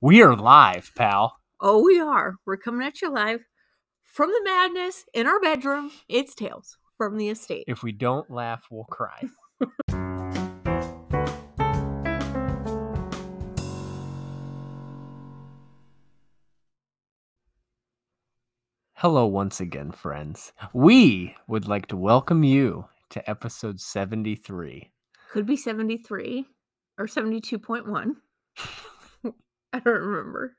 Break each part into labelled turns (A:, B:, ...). A: We are live, pal.
B: Oh, we are. We're coming at you live from the madness in our bedroom. It's Tales from the Estate.
A: If we don't laugh, we'll cry. Hello, once again, friends. We would like to welcome you to episode 73.
B: Could be 73 or 72.1. I don't remember.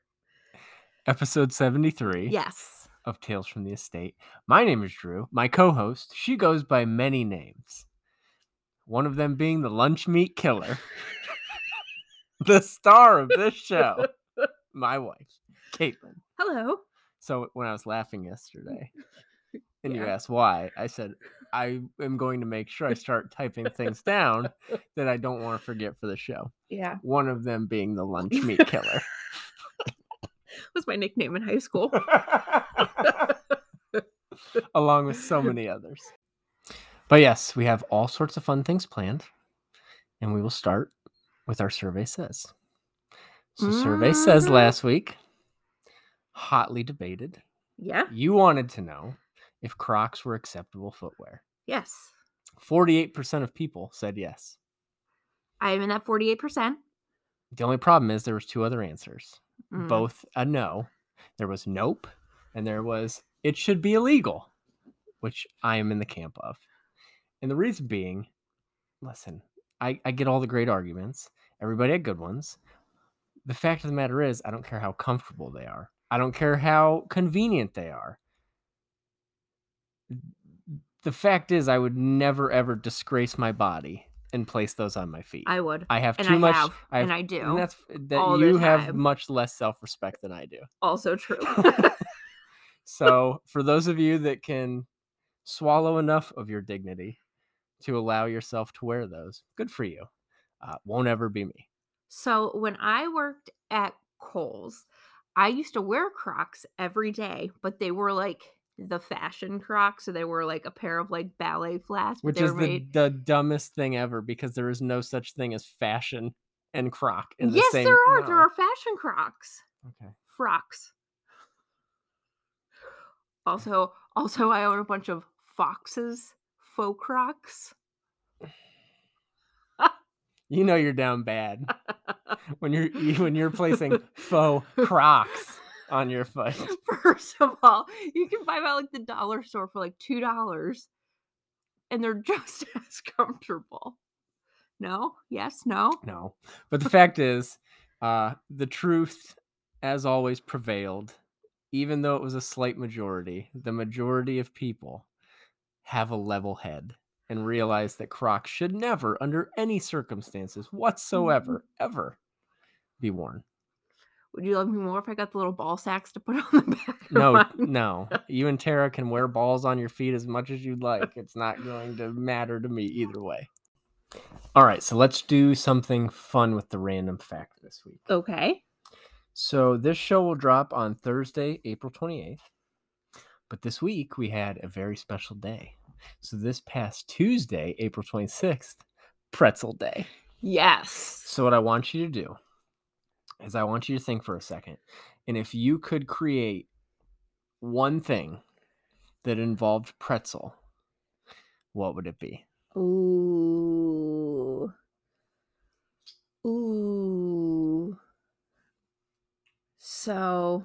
A: Episode 73
B: Yes.
A: of Tales from the Estate. My name is Drew. My co host, she goes by many names. One of them being the lunch meat killer, the star of this show, my wife, Caitlin.
B: Hello.
A: So when I was laughing yesterday, and you
B: Yeah.
A: asked why, I said I am going to make sure I start typing things down that I don't want to forget for the show.
B: Yeah.
A: One of them being the lunch meat killer.
B: Was my nickname in high school.
A: Along with so many others. But yes, we have all sorts of fun things planned. And we will start with our survey says. So, survey says
B: Mhm.
A: last week, hotly debated,
B: yeah.
A: you wanted to know if Crocs were acceptable footwear.
B: Yes.
A: 48% of people said yes.
B: I am in that 48%.
A: The only problem is there was two other answers.
B: Mm.
A: Both a no. There was nope and there was it should be illegal, which I am in the camp of. And the reason being, listen, I, I get all the great arguments. Everybody had good ones. The fact of the matter is, I don't care how comfortable they are. I don't care how convenient they are. The fact is, I would never ever disgrace my body and place those on my feet. I,
B: I would.
A: have
B: And
A: too
B: I
A: much.
B: have. and I do.
A: and that's eh, that
B: all the
A: you have
B: time.
A: much less self respect than I do.
B: also true.
A: So, for those of you that can swallow enough of your dignity to allow yourself to wear those, good for you. Uh, won't ever be me.
B: So when I worked at Kohl's, I used to wear Crocs every day, but they were like the fashion Crocs. So they were like a pair of like ballet flats, but
A: Which
B: they
A: is
B: were
A: the,
B: made.
A: the dumbest thing ever because there is no such thing as fashion and croc in the
B: yes,
A: same. uh
B: there are. There
A: no.
B: are fashion Crocs.
A: Okay.
B: Frocks. Also, also I own a bunch of foxes, faux crocs.
A: You know you're down bad when you're you- when you're placing faux crocs on your foot.
B: First of all, you can buy them at like the dollar store for like two dollars, and they're just as comfortable. No, yes, no.
A: No, but the fact is, uh, the truth, as always, prevailed. Even though it was a slight majority, the majority of people have a level head and realize that Crocs should never, under any circumstances whatsoever, ever be worn.
B: Would you love me more if I got the little ball sacks to put on the back? of
A: No,
B: mine?
A: no. You and Tara can wear balls on your feet as much as you'd like. It's not going to matter to me either way. All right, so let's do something fun with the random fact this week.
B: Okay.
A: So this show will drop on Thursday, April 28th. But this week we had a very special day. So this past Tuesday, April 26th, Pretzel Day.
B: Yes.
A: So what I want you to do is I want you to think for a second. And if you could create one thing that involved pretzel, what would it be?
B: Ooh. Ooh. So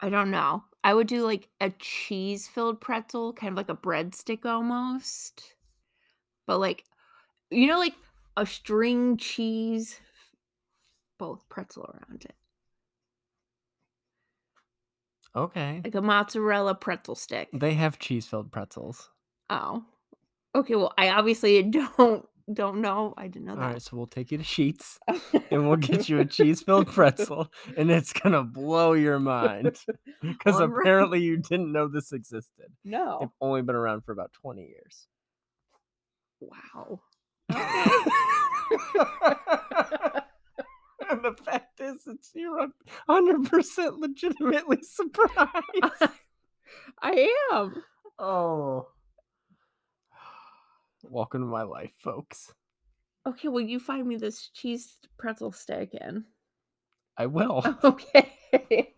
B: I don't know. I would do like a cheese filled pretzel, kind of like a breadstick almost. But like you know like a string cheese but with pretzel around it.
A: Okay.
B: Like a mozzarella pretzel stick.
A: They have cheese filled pretzels.
B: Oh. Okay, well I obviously don't don't know. I didn't know
A: All
B: that.
A: right, so we'll take you to Sheets. and we'll get you a cheese filled pretzel and it's gonna blow your mind because
B: All right.
A: apparently you didn't know this existed they've
B: No.
A: only been around for about 20 years
B: Wow. Oh.
A: and the fact is it's you're 100% legitimately surprised
B: I am.
A: oh welcome to my life folks
B: Okay, well, you find me this cheese pretzel stick and
A: I will
B: Okay.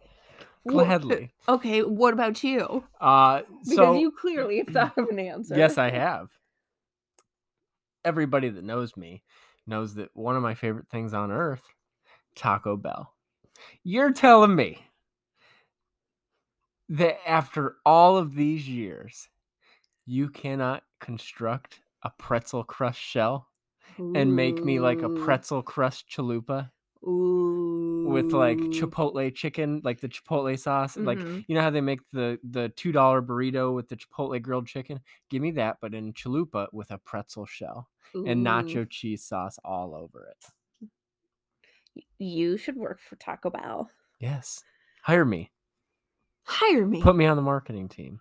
B: Wha-
A: gladly.
B: Okay, what about you?
A: Uh,
B: Because
A: so
B: you clearly have thought of an answer.
A: yes, I have. Everybody that knows me knows that one of my favorite things on earth, Taco Bell. You're telling me that after all of these years, you cannot construct a pretzel crust shell and make me like a
B: Ooh,
A: pretzel crust chalupa with like
B: ooh.
A: chipotle chicken, like the chipotle sauce, like
B: Mhm.
A: you know how they make the the two dollar burrito with the chipotle grilled chicken. Give me that, but in chalupa with a pretzel shell and
B: Ooh.
A: nacho cheese sauce all over it.
B: You should work for Taco Bell.
A: Yes, hire me,
B: Hire me.
A: put me on the marketing team.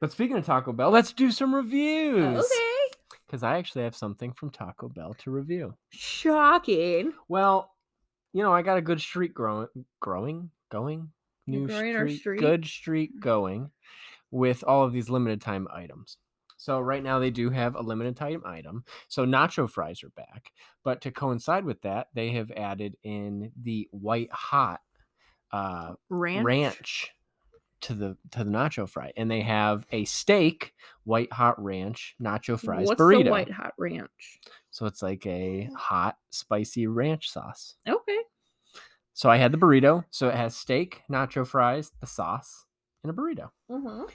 A: but speaking of Taco Bell, let's do some reviews
B: Uh, okay.
A: because I actually have something from Taco Bell to review.
B: Shocking.
A: Well, you know, I got a good streak growing, growing, going,
B: You're
A: new
B: growing our Mm-hmm.
A: streak,
B: streak?
A: good streak going with all of these limited time items. So right now they do have a limited time item. So nacho fries are back, but to coincide with that, they have added in the white hot uh,
B: Ranch.
A: ranch, to the to the nacho fry, and they have a steak white hot ranch nacho fries
B: What's
A: burrito.
B: the white hot ranch?
A: So it's like a hot spicy ranch sauce.
B: Okay.
A: So I had the burrito. So it has steak, nacho fries, the sauce, and a burrito.
B: Mm-hmm.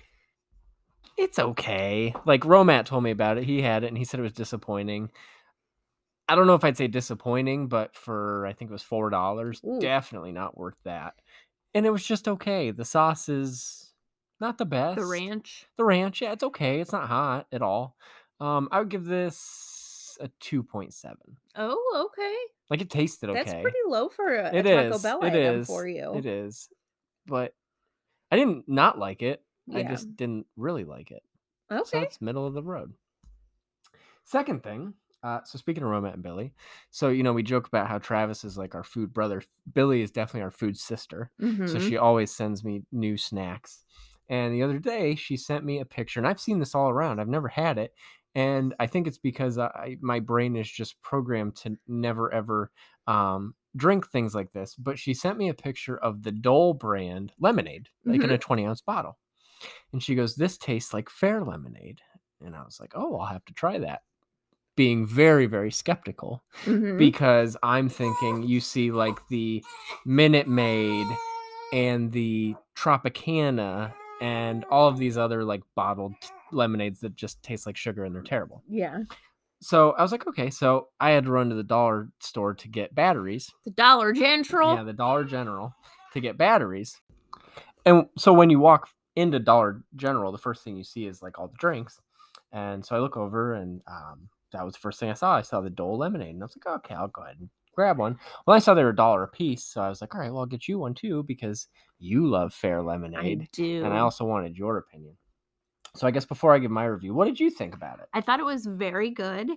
A: It's okay. Like Romat told me about it. He had it and he said it was disappointing. I don't know if I'd say disappointing, but for I think it was four dollars,
B: Ooh.
A: definitely not worth that. And it was just okay. The sauce is not the best.
B: The ranch.
A: The ranch, yeah, it's okay. It's not hot at all. Um, I would give this a two point seven.
B: Oh, okay.
A: Like it tasted okay.
B: That's pretty low for a, a
A: It
B: Taco
A: is,
B: Bell
A: it
B: item
A: is,
B: for you.
A: It is. But I didn't not like it.
B: Yeah.
A: I just didn't really like it. So
B: okay.
A: it's middle of the road. Second thing, uh, so speaking of Roma and Billy, so you know we joke about how Travis is like our food brother. Billy is definitely our food sister. So
B: Mhm.
A: she always sends me new snacks. And the other day, she sent me a picture, and I've seen this all around. I've never had it, and I think it's because I- I my brain is just programmed to never ever um, drink things like this. But she sent me a picture of the Dole brand lemonade, like in a twenty ounce bottle, and she goes, "This tastes like fair lemonade," and I was like, "Oh, I'll have to try that." Being very very skeptical,
B: Mhm.
A: because I'm thinking you see like the Minute Maid and the Tropicana and all of these other like bottled lemonades that just taste like sugar and they're terrible.
B: yeah.
A: So I was like, okay, so I had to run to the dollar store to get batteries.
B: The Dollar General.
A: Yeah, the Dollar General to get batteries. And so when you walk into Dollar General, the first thing you see is like all the drinks. And so I look over and um, that was the first thing I saw. I saw the Dole lemonade and I was like, okay, I'll go ahead and grab one. Well, I saw they were a dollar a piece. So I was like, all right, well, I'll get you one too because you love fair lemonade.
B: I do.
A: And I also wanted your opinion. So I guess before I give my review, what did you think about it?
B: I thought it was very good.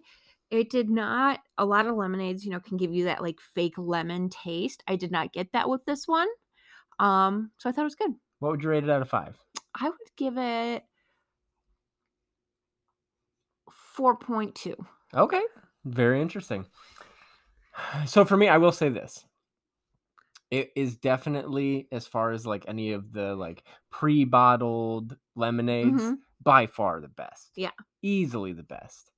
B: It did not, a lot of lemonades, you know, can give you that like fake lemon taste. I did not get that with this one. Um, so I thought it was good.
A: What would you rate it out of five?
B: I would give it 4.2.
A: Okay. Very interesting. So for me, I will say this. It is definitely as far as like any of the like pre-bottled lemonades,
B: Mhm.
A: by far the best.
B: Yeah.
A: Easily the best.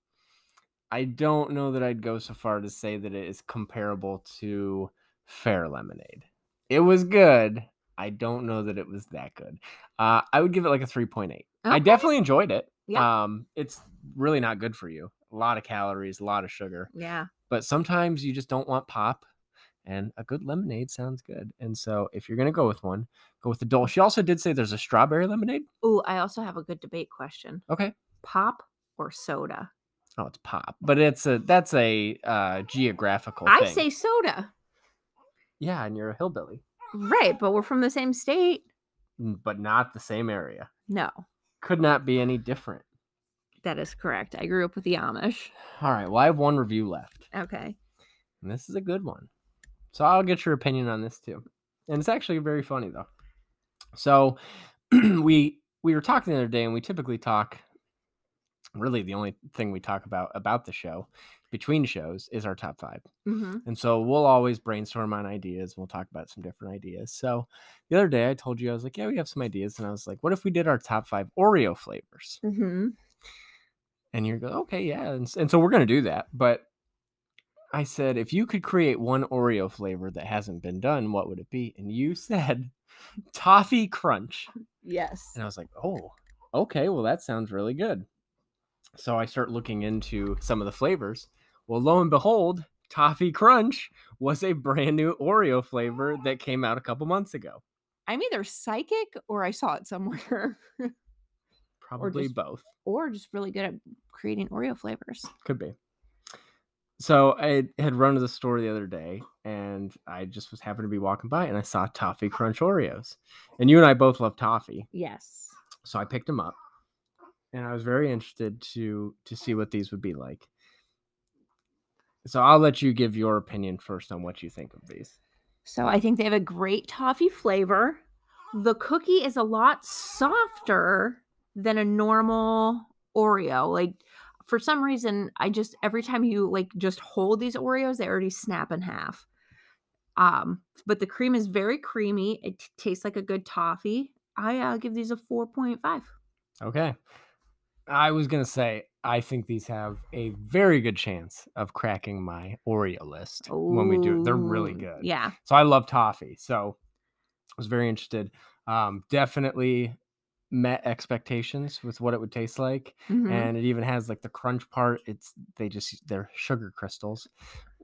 A: I don't know that I'd go so far to say that it is comparable to fair lemonade. It was good. I don't know that it was that good. Uh, I would give it like a 3.8. I
B: Okay.
A: definitely enjoyed it.
B: Yeah.
A: Um, it's really not good for you. A lot of calories, a lot of sugar.
B: Yeah.
A: But sometimes you just don't want pop, and a good lemonade sounds good. And so if you're gonna go with one, go with the Dole. She also did say there's a strawberry lemonade.
B: Oh, I also have a good debate question
A: Okay.
B: pop or soda?
A: Oh, it's pop, but it's a that's a uh, geographical.
B: I
A: thing.
B: say soda.
A: yeah, and you're a hillbilly,
B: Right. But we're from the same state.
A: Mm, but not the same area.
B: No,
A: Could not be any different.
B: that is correct. I grew up with the Amish.
A: All right. Well, I have one review left.
B: Okay.
A: And this is a good one. So I'll get your opinion on this too. And it's actually very funny though. So we we were talking the other day and we typically talk really the only thing we talk about about the show between shows is our top five.
B: hmm
A: And so we'll always brainstorm on ideas. We'll talk about some different ideas. So the other day I told you, I was like, yeah, we have some ideas. And I was like, what if we did our top five Oreo flavors?
B: hmm
A: And you're going, okay, yeah. And, s- and so we're going to do that. But I said, if you could create one Oreo flavor that hasn't been done, what would it be? And you said toffee crunch.
B: Yes.
A: And I was like, oh, okay, well, that sounds really good. So I start looking into some of the flavors. Well, lo and behold, Toffee Crunch was a brand new Oreo flavor that came out a couple months ago.
B: I'm either psychic or I saw it somewhere
A: Probably
B: just-
A: both.
B: or just really good at creating Oreo flavors.
A: Could be. So I had run to the store the other day and I just was happened to be walking by and I saw Toffee Crunch Oreos. And you and I both love toffee.
B: Yes.
A: so i picked them up and i was very interested to to see what these would be like so i'll let you give your opinion first on what you think of these
B: So I think they have a great toffee flavor. The cookie is a lot softer than a normal Oreo. Like for some reason, I just every time you like just hold these Oreos, they already snap in half. Um, but the cream is very creamy. It t- tastes like a good toffee. I uh, give these a four point five.
A: okay i was gonna say i think these have a very good chance of cracking my oreo list when we do it they're really good
B: Yeah.
A: so i love toffee so i was very interested um definitely met expectations with what it would taste like
B: Mhm.
A: and it even has like the crunch part it's they just they're sugar crystals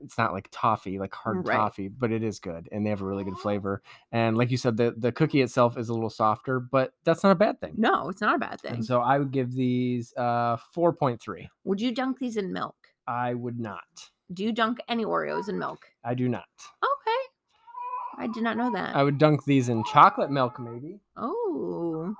A: it's not like toffee like hard
B: Right. Oh.
A: toffee but it is good and they have a really good flavor and like you said the the cookie itself is a little softer but that's not a bad thing
B: no, it's not a bad thing.
A: and so i would give these uh 4.3
B: Would you dunk these in milk?
A: i would not
B: Do you dunk any Oreos in milk?
A: i do not
B: Okay. I did not know that.
A: i would dunk these in chocolate milk maybe
B: oh.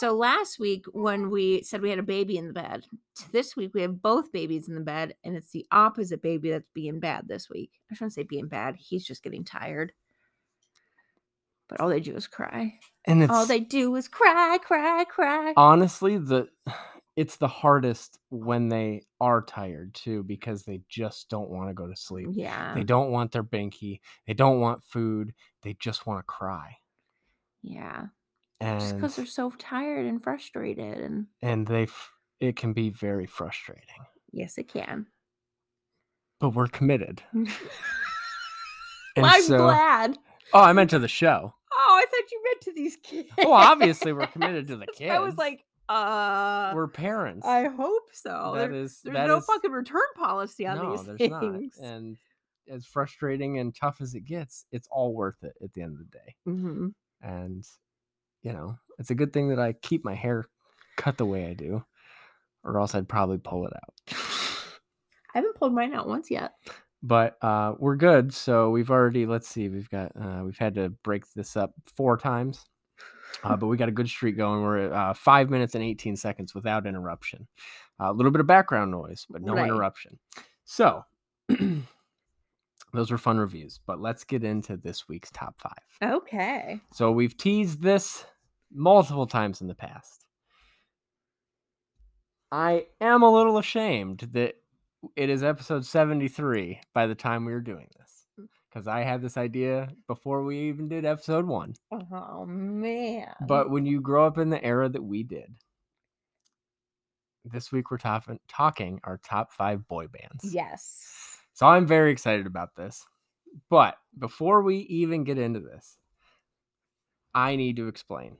B: So last week, when we said we had a baby in the bed, t- this week we have both babies in the bed, and it's the opposite baby that's being bad this week. I shouldn't say being bad. He's just getting tired. But all they do is cry.
A: and it's
B: All they do is cry, cry, cry.
A: honestly the it's the hardest when they are tired too because they just don't want to go to sleep
B: yeah.
A: They don't want their binky. They don't want food. They just want to cry.
B: Yeah. Just
A: And
B: because they're so tired and frustrated. And
A: and they f- it can be very frustrating.
B: yes, it can.
A: But we're committed.
B: Well,
A: And
B: I'm
A: so
B: glad.
A: Oh, I meant to the show.
B: Oh, I thought you meant to these kids.
A: Well, Oh, obviously we're committed to the kids.
B: I was like, uh,
A: we're parents.
B: I hope so.
A: That
B: There-
A: is-
B: there's
A: that
B: no
A: is-
B: fucking return policy on
A: no,
B: these
A: there's
B: things.
A: not. And as frustrating and tough as it gets, it's all worth it at the end of the day.
B: Mhm.
A: And you know, it's a good thing that I keep my hair cut the way I do, or else I'd probably pull it out.
B: I haven't pulled mine out once yet.
A: but uh, we're good. So we've already let's see, we've got uh, we've had to break this up four times, uh, but we got a good streak going. We're at uh, five minutes and eighteen seconds without interruption. A little bit of background noise, but no
B: Right.
A: interruption. So those were fun reviews, but let's get into this week's top five.
B: Okay.
A: So we've teased this multiple times in the past. I am a little ashamed that it is episode 73 by the time we were doing this. Because I had this idea before we even did episode one.
B: Oh man.
A: But when you grow up in the era that we did, this week we're talking talking our top five boy bands.
B: yes.
A: So I'm very excited about this. But before we even get into this, I need to explain.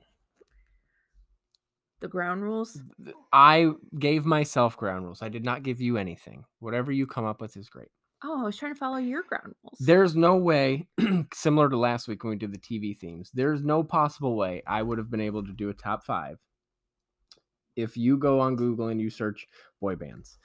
B: The ground rules.
A: th- I gave myself ground rules. I did not give you anything. Whatever you come up with is great.
B: Oh, I was trying to follow your ground rules.
A: There's no way, similar to last week when we did the TV themes, there's no possible way I would have been able to do a top five if you go on Google and you search boy bands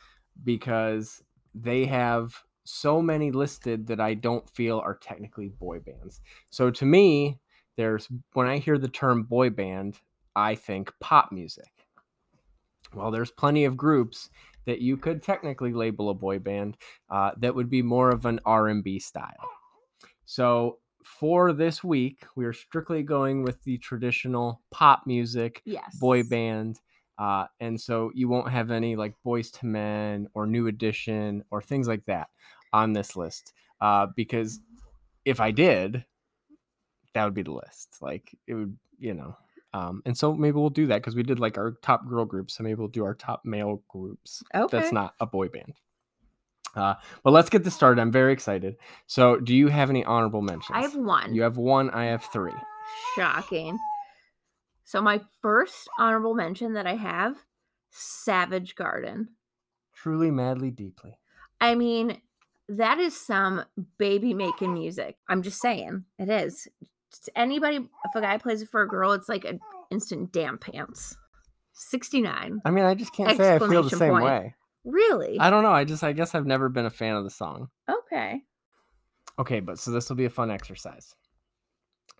A: because they have so many listed that I don't feel are technically boy bands. So to me, there's when I hear the term boy band, I think pop music. Well, there's plenty of groups that you could technically label a boy band uh, that would be more of an R&B style. So for this week, we are strictly going with the traditional pop music
B: yes.
A: boy band Uh, and so you won't have any like Boys to Men or New Edition or things like that on this list. Uh, because if I did, that would be the list. Like it would, you know. Um, and so maybe we'll do that because we did like our top girl groups. So maybe we'll do our top male groups.
B: Okay.
A: That's not a boy band. Uh, but let's get this started. I'm very excited. So, do you have any honorable mentions?
B: I have one.
A: You have one. I have three.
B: Shocking. So my first honorable mention that I have, Savage Garden.
A: Truly, madly, deeply.
B: I mean, that is some baby making music. I'm just saying, it is. Just Anybody, if a guy plays it for a girl, it's like an instant damn pants. 69.
A: I mean, I just can't say I feel the
B: Exclamation
A: same
B: point.
A: way.
B: Really?
A: I don't know. I just, I guess I've never been a fan of the song.
B: okay.
A: Okay, but so this will be a fun exercise.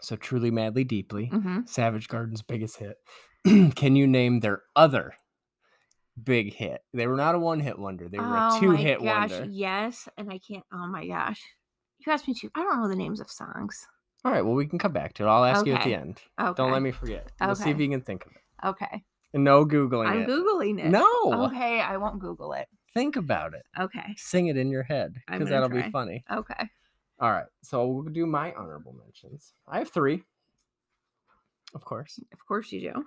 A: So, truly, madly, deeply,
B: Mm-hmm.
A: Savage Garden's biggest hit. Can you name their other big hit? They were not a one hit wonder, they were
B: oh
A: a two
B: my
A: hit
B: gosh,
A: wonder.
B: yes. And I can't, oh my gosh. You asked me to, I don't know the names of songs.
A: All right, well, we can come back to it. I'll ask you at the
B: Okay.
A: end.
B: Okay.
A: Don't let me forget. Let's see if
B: Okay.
A: you can think of it.
B: Okay.
A: And no Googling
B: I'm
A: it.
B: Googling it.
A: No.
B: Okay, I won't Google it.
A: Think about it.
B: Okay.
A: Sing it in your head
B: I'm
A: because
B: gonna
A: that'll be
B: try.
A: funny.
B: Okay.
A: All right. So we'll do my honorable mentions. I have three, of course.
B: Of course you do.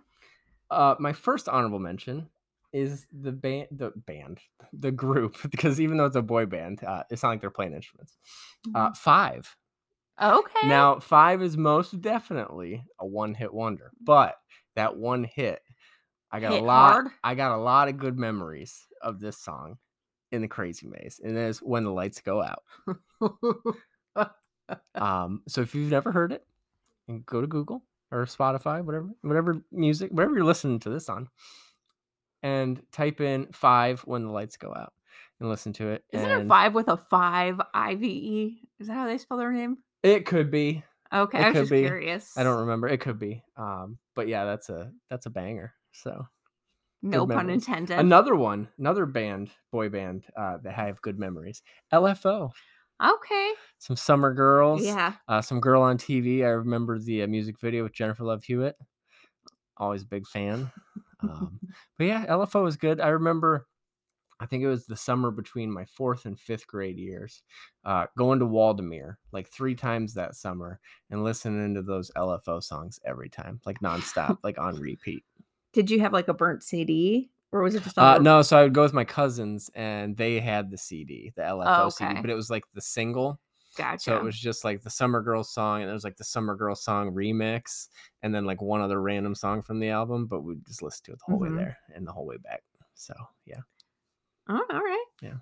A: Uh, my first honorable mention is the band, the band, the group, because even though it's a boy band, uh, it's not like they're playing instruments. Uh, five.
B: Okay.
A: Now, five is most definitely a one-hit wonder, but that one hit, I got
B: Hit
A: a lot.
B: hard?
A: I got a lot of good memories of this song in the Crazy Maze, and that is when the lights go out. um, so if you've never heard it, you can go to Google or Spotify, whatever, whatever music, whatever you're listening to this on, and type in five when the lights go out and listen to it.
B: Isn't it
A: and
B: five with a five I V E? Is that how they spell their name?
A: It could be.
B: Okay,
A: It
B: I was
A: could
B: just
A: be.
B: curious.
A: I don't remember. It could be. Um, but yeah, that's a that's a banger. So
B: No pun
A: memories.
B: intended.
A: another one, another band, boy band uh, that have good memories. LFO,
B: okay.
A: some summer girls,
B: Yeah.
A: uh, some girl on TV. I remember the uh, music video with Jennifer Love Hewitt. Always a big fan. Um, but yeah, LFO is good. I remember, I think it was the summer between my fourth and fifth grade years, uh, going to Waldemere like three times that summer and listening to those LFO songs every time, like nonstop, like on repeat.
B: Did you have like a burnt CD or was it just on
A: Uh,
B: the-
A: no, so I would go with my cousins and they had the CD, the LFO CD,
B: Oh, okay.
A: but it was like the single.
B: Gotcha.
A: So it was just like the Summer Girl song, and it was like the Summer Girl song remix, and then like one other random song from the album, but we just listened to it the whole
B: Mhm.
A: way there and the whole way back. So yeah.
B: Oh, all right.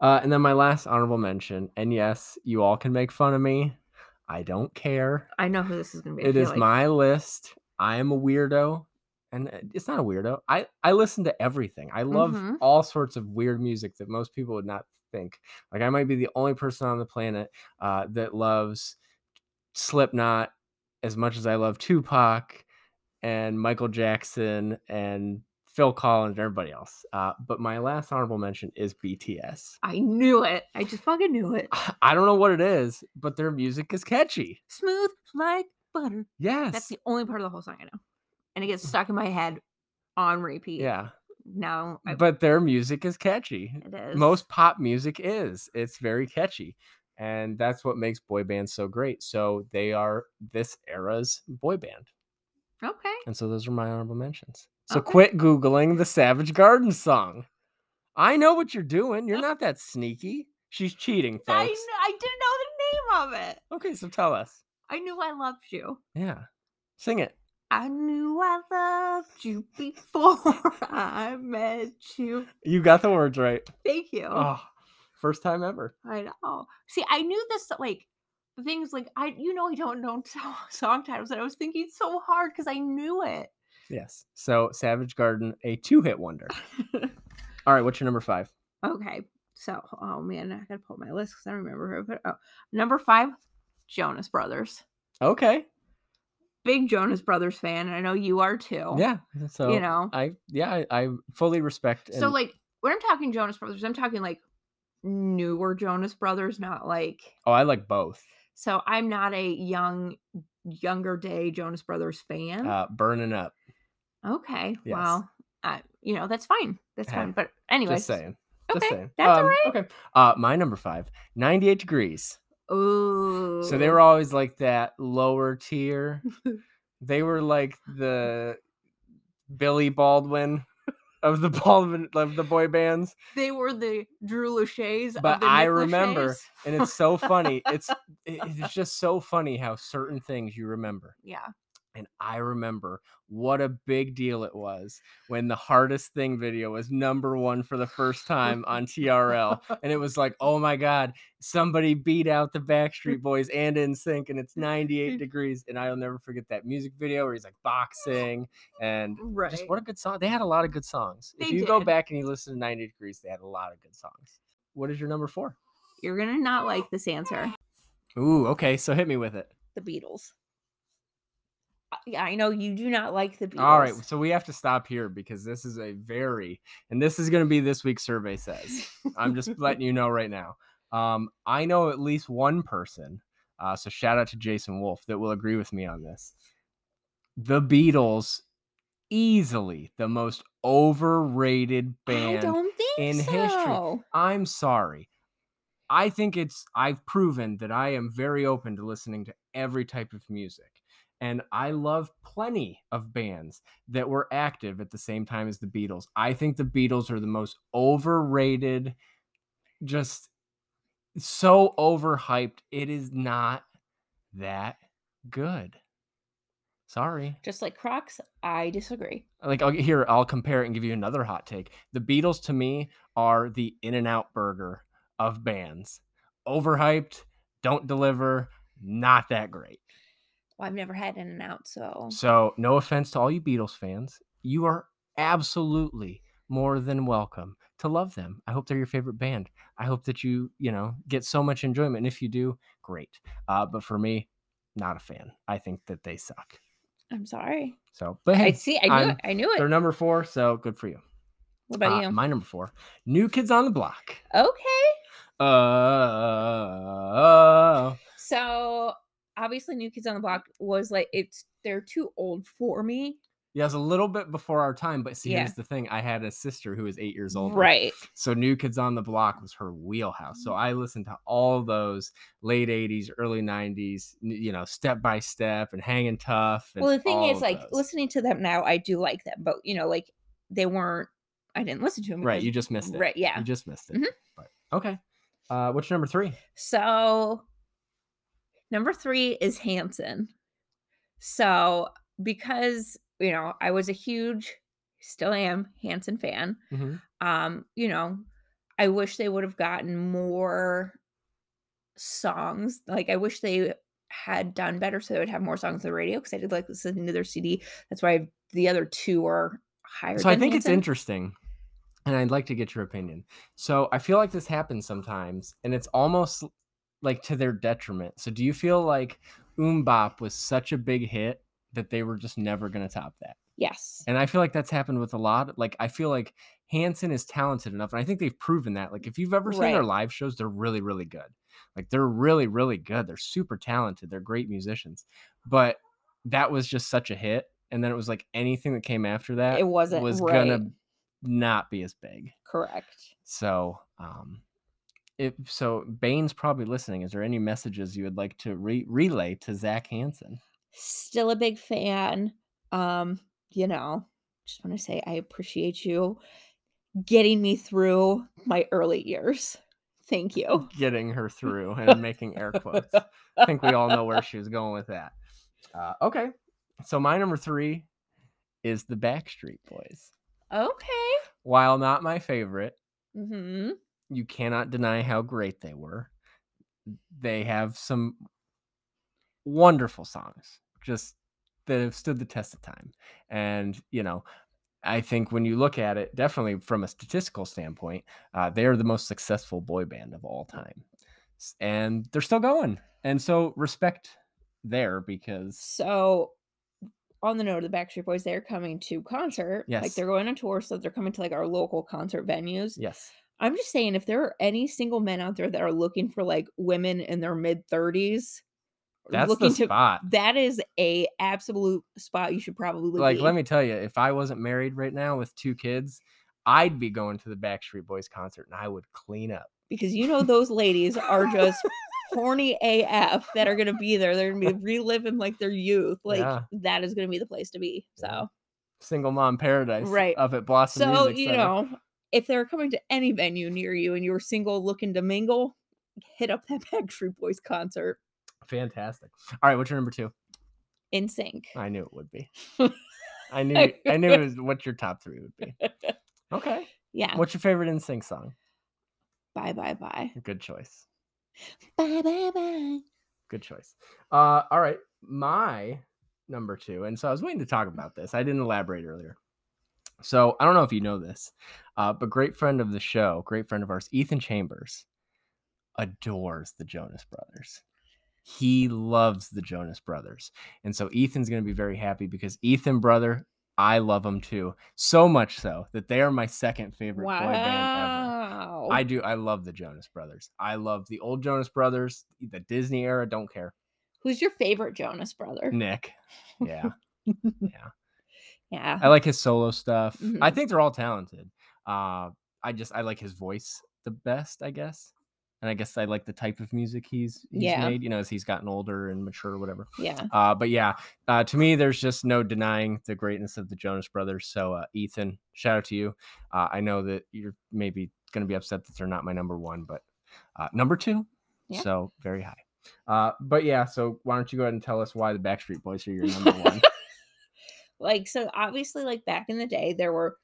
A: Uh, and then my last honorable mention, and yes, you all can make fun of me. I don't care.
B: I know who this is gonna be. I
A: It
B: feel
A: is
B: like.
A: my list. I am a weirdo. And uh, it's not a weirdo. I, I listen to everything. I love
B: Mhm.
A: all sorts of weird music that most people would not think. Like I might be the only person on the planet uh, that loves Slipknot as much as I love Tupac and Michael Jackson and Phil Collins and everybody else. Uh, but my last honorable mention is BTS.
B: I knew it. I just fucking knew it.
A: I don't know what it is, but their music is catchy.
B: Smooth like butter.
A: Yes. Mm.
B: That's the only part of the whole song I know. And it gets stuck in my head on repeat.
A: yeah.
B: Now I,
A: but their music is catchy.
B: it is.
A: Most pop music is. It's very catchy. And that's what makes boy bands so great. So they are this era's boy band.
B: Okay.
A: And so those are my honorable mentions. So
B: Okay.
A: quit Googling the Savage Garden song. I know what you're doing. You're not that sneaky. She's cheating,
B: I,
A: folks.
B: kn- I didn't know the name of it.
A: Okay, so tell us.
B: I knew I loved you.
A: Yeah. Sing it.
B: I knew I loved you before I met you.
A: You got the words right.
B: Thank you.
A: Oh, first time ever.
B: I know. See, I knew this like the things like I you know I don't know so- song titles and I was thinking so hard because I knew it.
A: Yes. So Savage Garden, a two hit wonder. All right, what's your number five?
B: okay. So oh man, I gotta pull up my list because I don't remember who but oh number five, Jonas Brothers.
A: Okay.
B: Big Jonas Brothers fan, and I know you are too.
A: Yeah. So
B: Oh, you know.
A: I yeah, I, I fully respect and
B: So like when I'm talking Jonas Brothers, I'm talking like newer Jonas Brothers, not like
A: oh I like both.
B: so I'm not a young younger day Jonas Brothers fan.
A: Uh burning up.
B: Okay.
A: Uh, Yes.
B: Well, uh, you know that's fine. That's
A: Hey,
B: fine. But anyway,
A: Just saying.
B: okay,
A: Just saying.
B: that's all
A: Um,
B: right.
A: Okay. Uh, my number five, 98 degrees.
B: Ooh.
A: So they were always like that lower tier. they were like the Billy Baldwin of the Baldwin of the boy bands.
B: they were the Drew Lachey's. of
A: But
B: the
A: I
B: Nick
A: remember,
B: Lachey's.
A: And it's so funny. It's it- it's just so funny how certain things you remember.
B: Yeah.
A: And I remember what a big deal it was when the hardest thing video was number one for the first time on TRL. And it was like, oh my God, somebody beat out the Backstreet Boys and in sync, and it's 98 degrees. And I'll never forget that music video where he's like boxing and
B: Right.
A: just what a good song. They had a lot of good songs. if
B: They
A: you go
B: did.
A: back and you listen to 90 Degrees, they had a lot of good songs. What is your number four?
B: You're gonna not like this answer.
A: Ooh, okay. So hit me with it.
B: The Beatles. Uh, Yeah, I know you do not like the Beatles.
A: All right, so we have to stop here because this is a very, and this is going to be this week's survey says. I'm just letting you know right now. Um, I know at least one person, uh, so shout out to Jason Wolf that will agree with me on this. The Beatles, easily the most overrated
B: I
A: band.
B: don't think
A: in
B: so.
A: history. I'm sorry. I think it's I've proven that I am very open to listening to every type of music. And I love plenty of bands that were active at the same time as the Beatles. I think the Beatles are the most overrated, just so overhyped. It is not that good. Sorry.
B: Just like Crocs, I disagree.
A: Like I'll, here, I'll compare it and give you another hot take. The Beatles to me are the in and out burger of bands. Overhyped, don't deliver, not that great.
B: Well, I've never had In and Out, so
A: So, no offense to all you Beatles fans, you are absolutely more than welcome to love them. I hope they're your favorite band. I hope that you, you know, get so much enjoyment. And if you do, great. Uh, but for me, not a fan. I think that they suck.
B: I'm sorry.
A: So, but
B: I
A: hey,
B: see. I knew
A: I'm-
B: it. I knew
A: they're
B: it.
A: number four, so good for you.
B: What about
A: Uh,
B: you?
A: My number four, New Kids on the Block.
B: okay.
A: Oh,
B: So obviously, New Kids on the Block was like it's they're too old for me.
A: yeah, it's a little bit before our time, but see,
B: Yeah.
A: here's the thing: I had a sister who was eight years old,
B: Right.
A: So New Kids on the Block was her wheelhouse. So I listened to all those late '80s, early '90s, n- you know, Step by Step and Hanging Tough. And
B: Well, the thing
A: all
B: is,
A: of
B: like
A: those.
B: listening to them now, I do like them, but you know, like they weren't. I didn't listen to them.
A: right?
B: because-
A: You just missed it.
B: Right. Yeah.
A: you just missed it.
B: Mhm.
A: But okay, uh, what's your number three?
B: So number three is Hanson. So because you know I was a huge, still am Hanson fan.
A: Mhm.
B: Um, you know, I wish they would have gotten more songs. Like I wish they had done better so they would have more songs on the radio because I did like listening to their CD. That's why the other two are higher.
A: So I
B: than
A: think it's
B: Hanson.
A: interesting, and I'd like to get your opinion. So I feel like this happens sometimes, and it's almost l- like to their detriment. So do you feel like Umbop was such a big hit that they were just never going to top that?
B: Yes.
A: And I feel like that's happened with a lot. Like I feel like Hanson is talented enough, and I think they've proven that. Like if you've ever seen their
B: Right.
A: live shows, they're really, really good. Like they're really, really good. They're super talented. They're great musicians. But that was just such a hit, and then it was like anything that came after that
B: It wasn't
A: was
B: right.
A: gonna not be as big.
B: correct.
A: So, um, if so, Bane's probably listening. Is there any messages you would like to re- relay to Zach Hansen?
B: still a big fan. Um, you know, just want to say I appreciate you getting me through my early years. Thank you.
A: Getting her through and making air quotes. I think we all know where she was going with that. Uh, okay, so my number three is the Backstreet Boys.
B: Okay.
A: While not my favorite,
B: hmm
A: you cannot deny how great they were. They have some wonderful songs, just that have stood the test of time. And, you know, I think when you look at it, definitely from a statistical standpoint, uh, they are the most successful boy band of all time. S- And they're still going. And so respect there because
B: So, on the note of the Backstreet Boys, they're coming to concert. Like
A: Yes.
B: they're going on tour, so they're coming to like our local concert venues.
A: yes,
B: I'm just saying, if there are any single men out there that are looking for like women in their mid 30s,
A: That's the
B: looking to
A: spot.
B: that is a absolute spot you should probably
A: Like,
B: be.
A: let me tell you, if I wasn't married right now with two kids, I'd be going to the Backstreet Boys concert and I would clean up.
B: because you know those ladies are just horny AF that are gonna be there. They're gonna be reliving like their youth. Like
A: Yeah.
B: that is gonna be the place to be.
A: Yeah.
B: So
A: Single Mom Paradise
B: Right.
A: up at Blossom
B: so
A: Music
B: you
A: Center.
B: know, if they're coming to any venue near you and you're single looking to mingle, hit up that Backstreet Boys concert
A: Fantastic. All right, what's your number two?
B: in sync.
A: I knew it would be. I knew I knew it was what your top three would be. Okay.
B: Yeah.
A: What's your favorite NSYNC song?
B: Bye bye bye.
A: Good choice.
B: Bye bye bye.
A: Good choice. Uh, all right, my number two, and so I was waiting to talk about this. I didn't elaborate earlier. So I don't know if you know this, uh, but great friend of the show, great friend of ours, Ethan Chambers, adores the Jonas Brothers. He loves the Jonas Brothers, and so Ethan's going to be very happy because Ethan brother, I love him too, so much so that they are my second favorite boy band ever.
B: Wow.
A: I do. I love the Jonas Brothers. I love the old Jonas Brothers, e, the Disney era. Don't care.
B: Who's your favorite Jonas brother?
A: Nick. Yeah.
B: Yeah.
A: I like his solo stuff. I
B: Mhm.
A: think they're all talented. Uh, I just I like his voice the best, I guess. And I guess I like the type of music he's, he's
B: Yeah.
A: made, you know, as he's gotten older and mature or whatever.
B: Yeah.
A: Uh, but yeah, uh, to me, there's just no denying the greatness of the Jonas Brothers. So, uh, Ethan, shout out to you. Uh, I know that you're maybe going to be upset that they're not my number one, but uh, number two,
B: Yeah.
A: so very high. Uh, but yeah, so why don't you go ahead and tell us why the Backstreet Boys are your number one?
B: Like so obviously like back in the day there were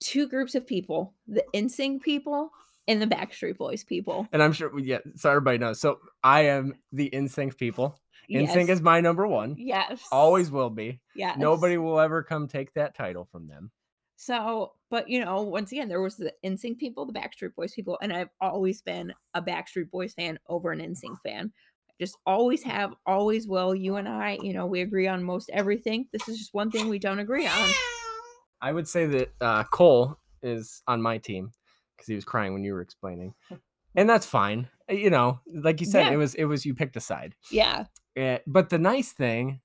B: two groups of people, the NSYNC people and the Backstreet Boys people.
A: and I'm sure, we- yeah, so everybody knows. So I am the NSYNC people. NSYNC is my number one,
B: Yes.
A: always will be.
B: Yes.
A: Nobody will ever come take that title from them.
B: So, but you know, once again, there was the NSYNC people, the Backstreet Boys people, and I've always been a Backstreet Boys fan over an NSYNC fan. Just always have, always will. You and I, you know, we agree on most everything. This is just one thing we don't agree on.
A: I would say that uh, Cole is on my team because he was crying when you were explaining, and that's fine. Uh, You know, like you said,
B: Yeah.
A: it was it was you picked a side.
B: Yeah.
A: Uh, but the nice thing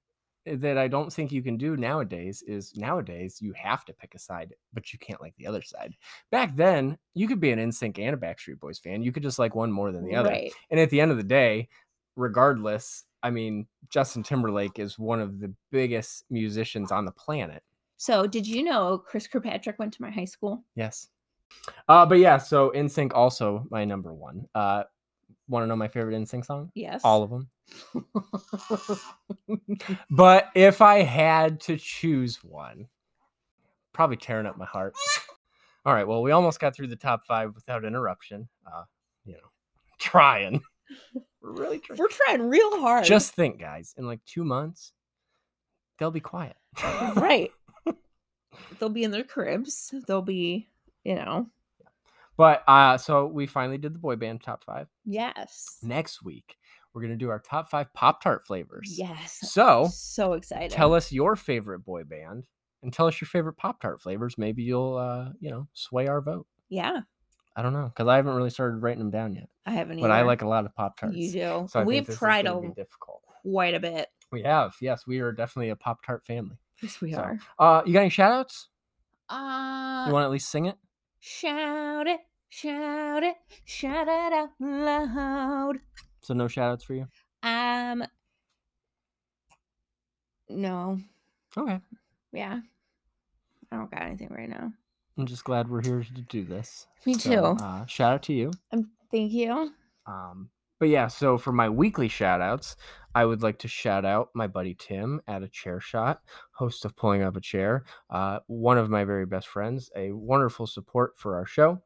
A: uh, that I don't think you can do nowadays is nowadays you have to pick a side, but you can't like the other side. Back then, you could be an NSYNC and a Backstreet Boys fan. You could just like one more than the other.
B: Right.
A: And at the end of the day, regardless, I mean, Justin Timberlake is one of the biggest musicians on the planet.
B: So, did you know Chris Kirkpatrick went to my high school?
A: Yes. Uh, but yeah, so NSYNC also my number one. Uh, want to know my favorite NSYNC song?
B: Yes.
A: All of them. But if I had to choose one, probably tearing up my heart. All right, well, we almost got through the top five without interruption. Uh, you know, trying. We're really trying.
B: We're trying real hard.
A: Just think, guys, in like two months, they'll be quiet.
B: right. They'll be in their cribs. They'll be, you know,
A: But uh, so we finally did the boy band top five.
B: yes.
A: next week we're going to do our top five pop tart flavors
B: Yes.
A: so
B: So excited.
A: tell us your favorite boy band and tell us your favorite pop tart flavors maybe you'll uh you know sway our vote
B: Yeah.
A: i don't know because i haven't really started writing them down yet
B: I haven't
A: but i
B: either.
A: like a lot of pop tarts
B: you do.
A: so I think
B: We've
A: this is
B: tried
A: gonna
B: a,
A: be difficult
B: quite a bit.
A: we have yes we are definitely a pop tart family
B: Yes, we
A: So,
B: are.
A: uh you got any shout outs
B: Uh,
A: you want to at least sing it
B: shout it, shout it, shout it out loud.
A: so no shout outs for you
B: Um, no,
A: okay
B: yeah, I don't got anything right now.
A: i'm just glad we're here to do this
B: Me
A: So,
B: too.
A: uh, shout out to you
B: Um, thank you.
A: Um, but yeah, so for my weekly shout outs, I would like to shout out my buddy Tim at a chair shot, host of Pulling Up a Chair, uh, one of my very best friends, a wonderful support for our show.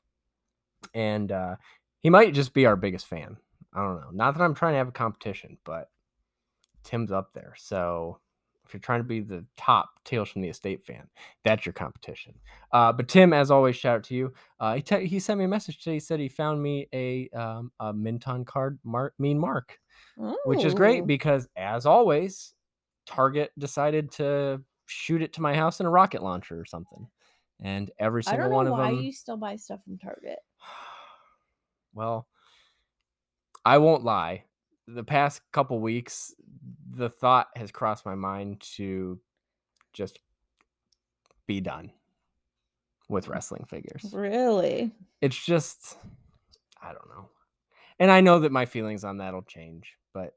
A: And uh, he might just be our biggest fan. I don't know. Not that I'm trying to have a competition, but Tim's up there. So if you're trying to be the top Tales from the Estate fan, that's your competition. Uh, but Tim, as always, shout out to you. Uh, he, te- he sent me a message today. He said he found me a um, a Minton card, Mark Mean Mark, which is great
B: Ooh,
A: because, as always, Target decided to shoot it to my house in a rocket launcher or something, and every
B: I
A: single
B: don't
A: one
B: know
A: of
B: why
A: them.
B: you still buy stuff from Target.
A: Well, I won't lie. the past couple weeks, the thought has crossed my mind to just be done
B: Mm.
A: with wrestling figures.
B: Really?
A: It's just, I don't know. And I know that my feelings on that'll change, but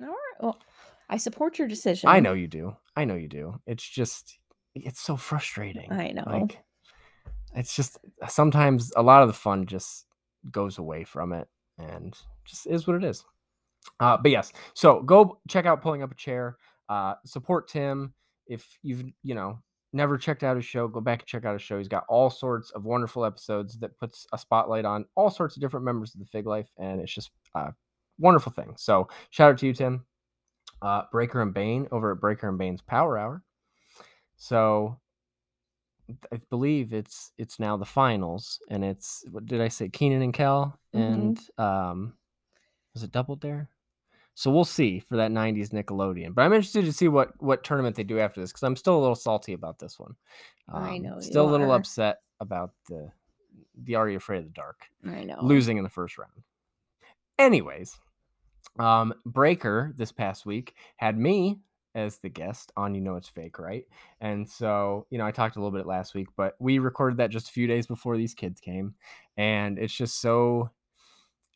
B: All right. Well, I support your decision.
A: I know you do. I know you do. It's just, it's so frustrating.
B: I know.
A: Like, it's just sometimes a lot of the fun just goes away from it and just is what it is. Uh, but yes, so go check out Pulling Up a Chair. Uh, support Tim. If you've, you know, never checked out his show, go back and check out his show. He's got all sorts of wonderful episodes that puts a spotlight on all sorts of different members of the Fig Life, and it's just a wonderful thing. So shout out to you, Tim. Uh, Breaker and Bane over at Breaker and Bane's Power Hour. So I believe it's it's now the finals, and it's what did I say? Keenan and Kel,
B: Mhm.
A: and um, was it Double Dare? So we'll see for that '90s Nickelodeon. But I'm interested to see what what tournament they do after this because I'm still a little salty about this one. Um,
B: I know you
A: still a little
B: are.
A: upset about the the Are You Afraid of the Dark
B: I know.
A: losing in the first round. Anyways, um, Breaker this past week had me as the guest on You Know It's Fake, right? And so, you know, I talked a little bit last week, but we recorded that just a few days before these kids came. And it's just so,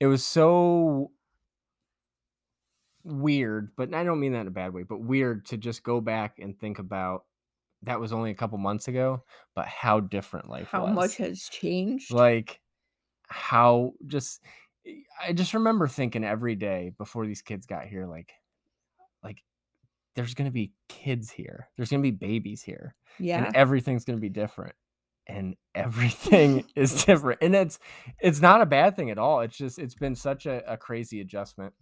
A: it was so weird, but I don't mean that in a bad way, but weird to just go back and think about that was only a couple months ago, but how different life
B: How
A: was
B: much has changed?
A: like how just eh, i just remember thinking every day before these kids got here like like there's gonna be kids here there's gonna be babies here
B: yeah.
A: and everything's gonna be different and everything is different and it's it's not a bad thing at all it's just it's been such a, a crazy adjustment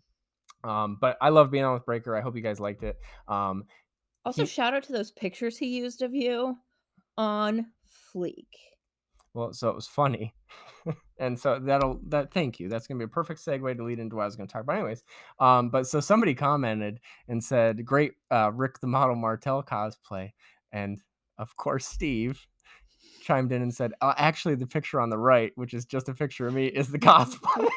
A: um but i love being on with breaker i hope you guys liked it um
B: also,
A: he-
B: shout out to those pictures he used of you on Fleek.
A: Well, so it was funny. and so that'll that thank you. That's gonna be a perfect segue to lead into what I was gonna talk about anyways. Um, but so somebody commented and said, Great uh Rick the Model Martel cosplay. And of course Steve chimed in and said, uh, actually the picture on the right, which is just a picture of me, is the cosplay.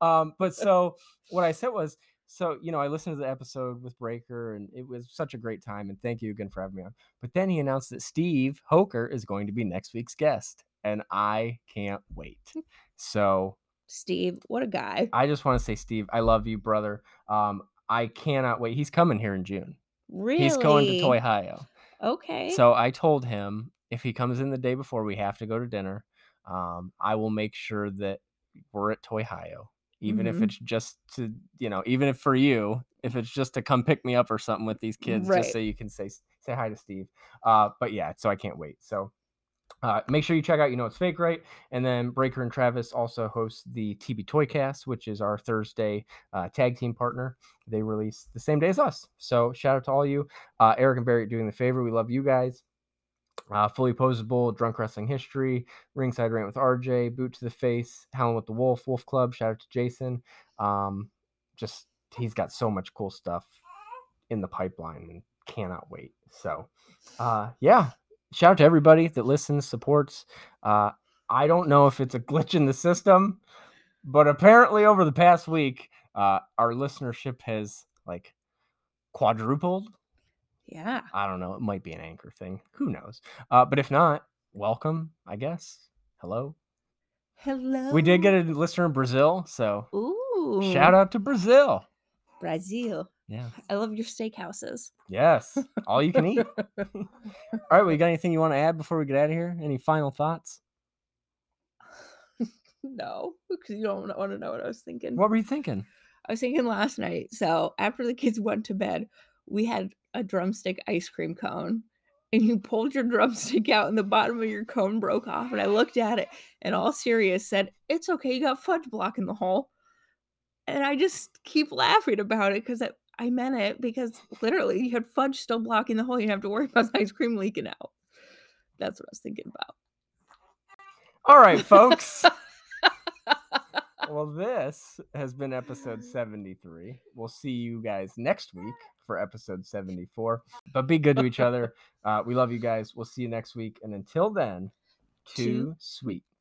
A: um, but so what I said was so you know, I listened to the episode with Breaker, and it was such a great time. And thank you again for having me on. But then he announced that Steve Hoker is going to be next week's guest, and I can't wait. So
B: Steve, what a guy.
A: I just want to say, Steve, I love you, brother. Um, I cannot wait. He's coming here in June.
B: Really? Eh?
A: He's going to Toy Ohio.
B: Okay.
A: So I told him if he comes in the day before, we have to go to dinner. Um, I will make sure that we're at Toy Ohio, even if
B: Mhm.
A: it's just to you know, even if for you, if it's just to come pick me up or something with these kids, just so
B: Right.
A: you can say s- say hi to Steve. Uh, but yeah, so I can't wait. So. Uh, make sure you check out you know it's fake right and then breaker and travis also host the tb toycast which is our thursday uh, tag team partner they release the same day as us so shout out to all you uh, Eric and Barry doing the favor. We love you guys. Uh, fully posable, drunk wrestling history, ringside rant with RJ, boot to the face, howling with the wolf, wolf club. Shout out to Jason. Um, just he's got so much cool stuff in the pipeline and cannot wait. So, uh, yeah, shout out to everybody that listens, supports. Uh, I don't know if it's a glitch in the system, but apparently over the past week, uh, our listenership has like quadrupled.
B: yeah.
A: I don't know. It might be an anchor thing. Who knows? Uh, but if not, welcome, I guess. Hello.
B: Hello.
A: We did get a listener in Brazil, so
B: Ooh.
A: shout out to Brazil.
B: Brazil.
A: Yeah.
B: I love your steakhouses.
A: Yes. All you can eat. All right. We got anything you want to add before we get out of here? Any final thoughts?
B: no, because you don't want to know what I was thinking.
A: What were you thinking?
B: I was thinking last night. So after the kids went to bed, we had a drumstick ice cream cone. And you pulled your drumstick out, and the bottom of your cone broke off. And I looked at it, and all serious said, "It's okay, you got fudge block in the hole." And I just keep laughing about it because I, I meant it because literally you had fudge still blocking the hole. You didn't have to worry about ice cream leaking out. That's what I was thinking about.
A: All right, folks. well, this has been episode 73. We'll see you guys next week for episode 74. But be good to each other. Uh, we love you guys. We'll see you next week. And until then, too
B: Too
A: sweet.